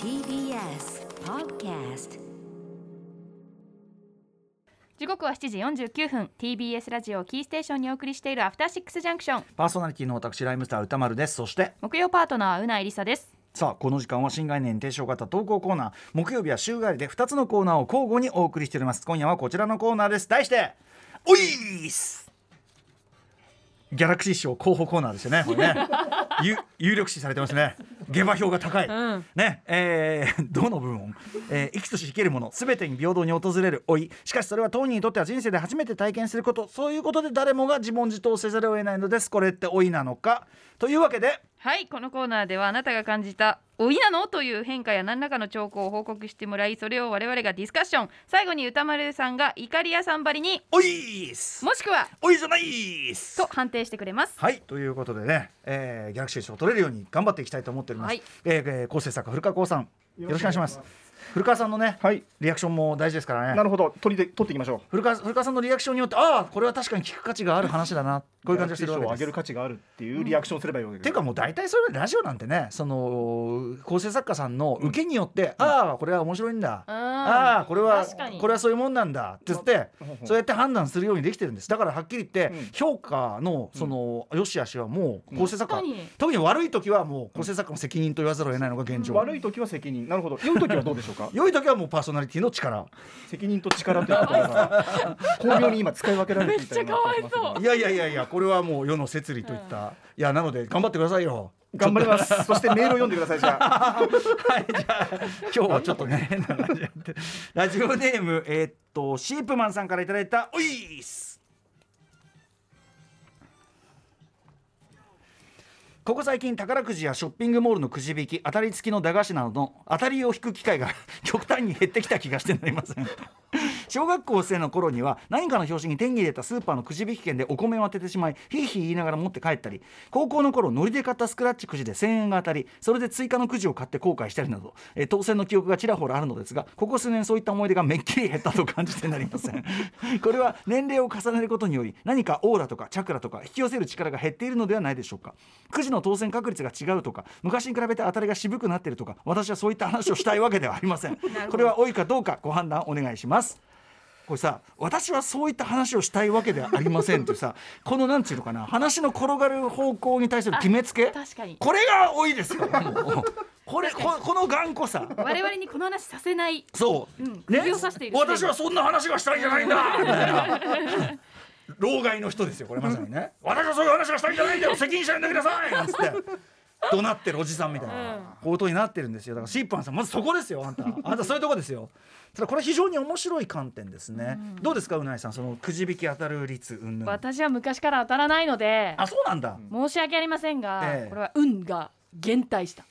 TBS Podcast 時刻は7時49分 TBS ラジオをキーステーションにお送りしているアフターシックスジャンクションパーソナリティの私ライムスター歌丸ですそして木曜パートナーうないりさですさあこの時間は新概念提唱型投稿コーナー木曜日は週替わりで2つのコーナーを交互にお送りしております今夜はこちらのコーナーです題しておいーっすギャラクシー賞候補コーナーですよねこれね有有力視されてますね下馬評が高い、んねえー、どの部門、えー生きとし生けるもの全てに平等に訪れる老いしかしそれは当人にとっては人生で初めて体験することそういうことで誰もが自問自答せざるを得ないのですこれって老いなのかというわけではいこのコーナーではあなたが感じた「おいなの?」という変化や何らかの兆候を報告してもらいそれを我々がディスカッション最後に歌丸さんが「イカリアさんばりにおいーっす」もしくはおいじゃない「っすと判定してくれますはいということでね、えー、ギャラクシー賞を取れるように頑張っていきたいと思っております、はいえーえー構成作家古川光さんよろしくお願いします古川さんのね、はいリアクションも大事ですからなねるほど取りで取っていきましょう古川古川さんのリアクションによってああこれは確かに聞く価値がある話だなこういう感じがするリアクションをわ上けでげるす価値があるっていうリアクションをすればいいわけです、ていうかもう大体それラジオなんてねその構成作家さんの受けによって、ああこれは面白いんだ、うんああこれは確かにこれはそういうもんなんだって言って、ほうほうそうやって判断するようにできてるんですだからはっきり言って、うん評価のその、良し悪しはもう構成作家、確かに特に悪い時はもう構成作家の責任と言わざるを得ないのが現状、悪い時は責任なるほど良い時はどうでしょ うか良い時はもうパーソナリティの力責任と力という言葉が巧妙に今使い分けられていたような気がしますけどめっちゃかわいいやいやいやいやこれはもう世の摂理といった、いやなので頑張ってくださいよ頑張りますそしてメールを読んでくださいじゃあ今日はちょっとね 変な感じやってラジオネームえーっとシープマンさんからいただいたおいっすここ最近宝くじやショッピングモールのくじ引き当たり付きの駄菓子などの当たりを引く機会が極端に減ってきた気がしてなりません 小学校生の頃には何かの表紙に手に入れたスーパーのくじ引き券でお米を当ててしまいひいひい言いながら持って帰ったり高校の頃ノリで買ったスクラッチくじで1000円が当たりそれで追加のくじを買って後悔したりなど、えー当選の記憶がちらほらあるのですがここ数年そういった思い出がめっきり減ったと感じてなりませんこれは年齢を重ねることにより何かオーラとかチャクラとか引き寄せる力が減っているのではないでしょうかくじの当選確率が違うとか昔に比べて当たりが渋くなっているとか私はそういった話をしたいわけではありませんこれは多いかどうかご判断お願いしますこれさ私はそういった話をしたいわけではありませんってさこのなんていうのかな話の転がる方向に対する決めつけ確かにこれが多いですからもうこれここの頑固さ我々にこの話させないそう、うん釘を刺している私はそんな話がしたいんじゃないんだみたいな老害の人ですよこれまさにね私はそういう話がしたいんじゃないんだよ責任者呼んでくださいなんつって怒鳴ってるおじさんみたいうんなことになってるんですよだからシーパンさんまずそこですよあんたあんたそういうとこですよただこれ非常に面白い観点ですね、どうですかうないさんそのくじ引き当たる率うんぬん私は昔から当たらないのであそうなんだ、申し訳ありませんが、ええこれは運が減退した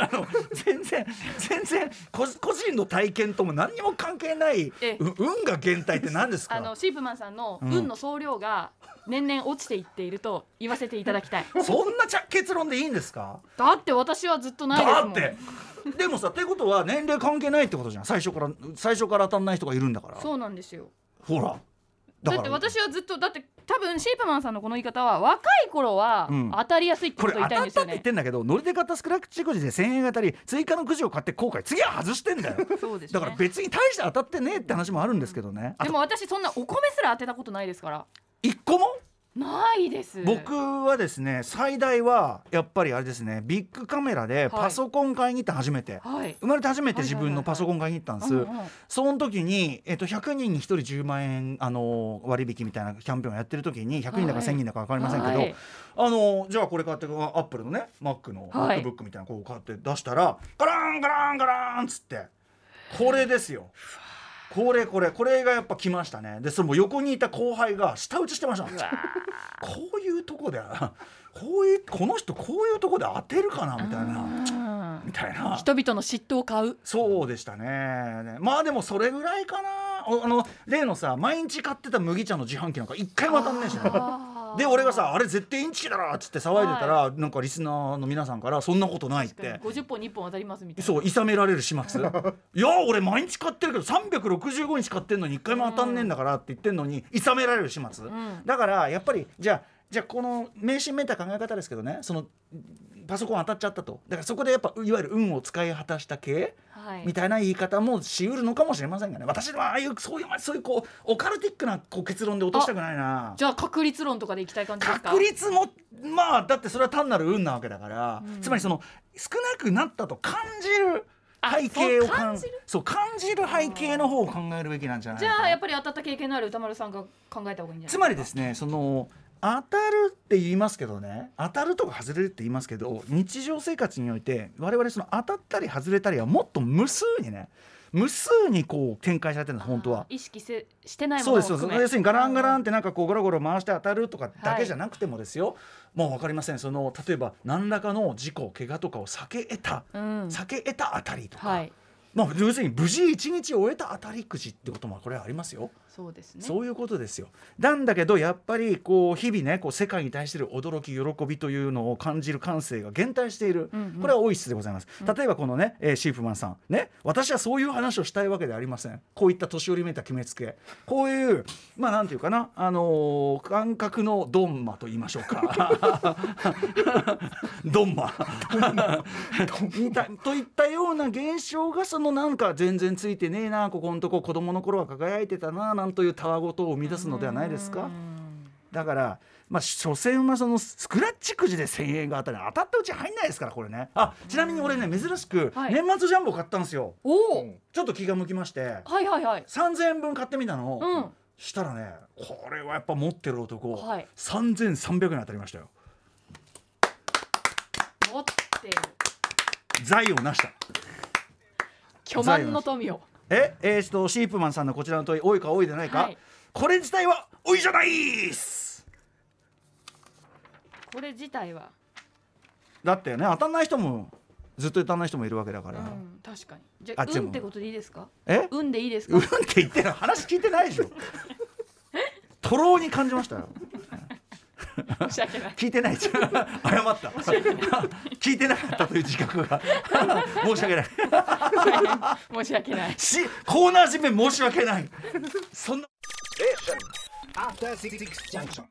あの全然全然個個人の体験とも何にも関係ない、うええ運が減退って何ですかあのシープマンさんの運の総量 が年々落ちていっていると言わせていただきたい、そんなちゃ結論でいいんですかだって私はずっとないですだもっんてでもさってことは年齢関係ないってことじゃん最初から最初から当たんない人がいるんだからそうなんですよほらだだっかてら私はずっとだって多分シープマンさんのこの言い方は若い頃はうん当たりやすいってここれとを当言たいったいんですよたって言っね、てんだけどノリで買ったスクラッチくじで1000円当たり追加のくじを買って後悔次は外してんだよそうですねだから別に大して当たってねえって話もあるんですけどねあでとも私そんなお米すら当てたことないですから一個もないです僕はですね最大はやっぱりあれですねビッグカメラでパソコン買いに行った初めて、はい生まれて初めて自分のパソコン買いに行ったんです、はいはいはいはいうんうんその時に、えっと、100人に1人10万円、あの割引みたいなキャンペーンをやってる時に100人だかはい1000人だか分かりませんけど、はいあのじゃあこれ買ってアップルのね Mac のはい MacBook みたいなこう買って出したらガランガランガランっつってこれですよ。これこれこれがやっぱ来ましたねでそれも横にいた後輩が舌打ちしてましたこういうとこでこういうこの人こういうとこで当てるかなみたいなうんみたいな人々の嫉妬を買うそうでしたねねまあでもそれぐらいかなおあの例のさ毎日買ってた麦茶の自販機なんか一回も当たんねえしねあーで俺がさあれ絶対インチキだろっつって騒いでたら、なんかリスナーの皆さんからそんなことないっ確かてに50本2本当たりますみたいなそういさめられる始 末いや俺毎日買ってるけど365日買ってんのに1回も当たんねえんだからって言ってんのにいさめられる始末、んだからやっぱりじゃあじゃあこの迷信めいた考え方ですけどねそのパソコン当たっちゃったとだからそこでやっぱいわゆる運を使い果たした系はいみたいな言い方もしうるのかもしれませんがね私はああいうそういうそういうこうオカルティックなこう結論で落としたくないなじゃあ確率論とかでいきたい感じですか確率もまあだってそれは単なる運なわけだから、うんつまりその少なくなったと感じる背景をあそう感感じるそう感じる背景の方を考えるべきなんじゃないじかなゃあやっぱり当たった経験のある歌丸さんが考えた方がいいんじゃないつまりですねその当たるって言いますけどね当たるとか外れるって言いますけど日常生活において我々その当たったり外れたりはもっと無数にね無数にこう展開されてるんです本当はあー。意識せしてないもそのうをですよ含め要するにガランガランってなんかこうゴロゴロ回して当たるとかだけじゃなくてもですよ、もう分かりませんその例えば何らかの事故怪我とかを避け得た、うん避け得たあたりとか、はいまあ、要するに無事一日終えたあたりくじってこともこれはありますよ。そうですねそういうことですよ。なんだけどやっぱりこう日々ねこう世界に対する驚き喜びというのを感じる感性が減退している、うんうんこれは多い質でございます。例えばこのね、えーシーフマンさんね私はそういう話をしたいわけではありません。こういった年寄りめいた決めつけこういうまあなんていうかなあのー感覚のドンマと言いましょう かドンマみたといったような現象がそのなんか全然ついてねえなここのとこ子供の頃は輝いてたななんというたわごとを生み出すのではないですかだからまあ所詮はそのスクラッチくじで1,000円が当たる当たったうち入んないですからこれねあちなみに俺ね珍しくはい年末ジャンボ買ったんですよ、おおーちょっと気が向きましてはいはいはい3,000円分買ってみたのを、うんしたらねこれはやっぱ持ってる男、はい3,300円当たりましたよ持ってる財を成した巨万の富をええー、とシープマンさんのこちらの問い多いか多いでないか、はいこれ自体は多いじゃないっすこれ自体はだってね当たんない人もずっと当たんない人もいるわけだかうら、ん確かにじゃああでも運ってことでいいですかえ運でいいですうんかって言ってる話聞いてないでしょとろうに感じましたよ申し訳ない聞いてないじ ゃん謝った聞いてなかったという自覚が 申し訳ない申し訳ないしコーナー締め申し訳ないそんな After Six Junction.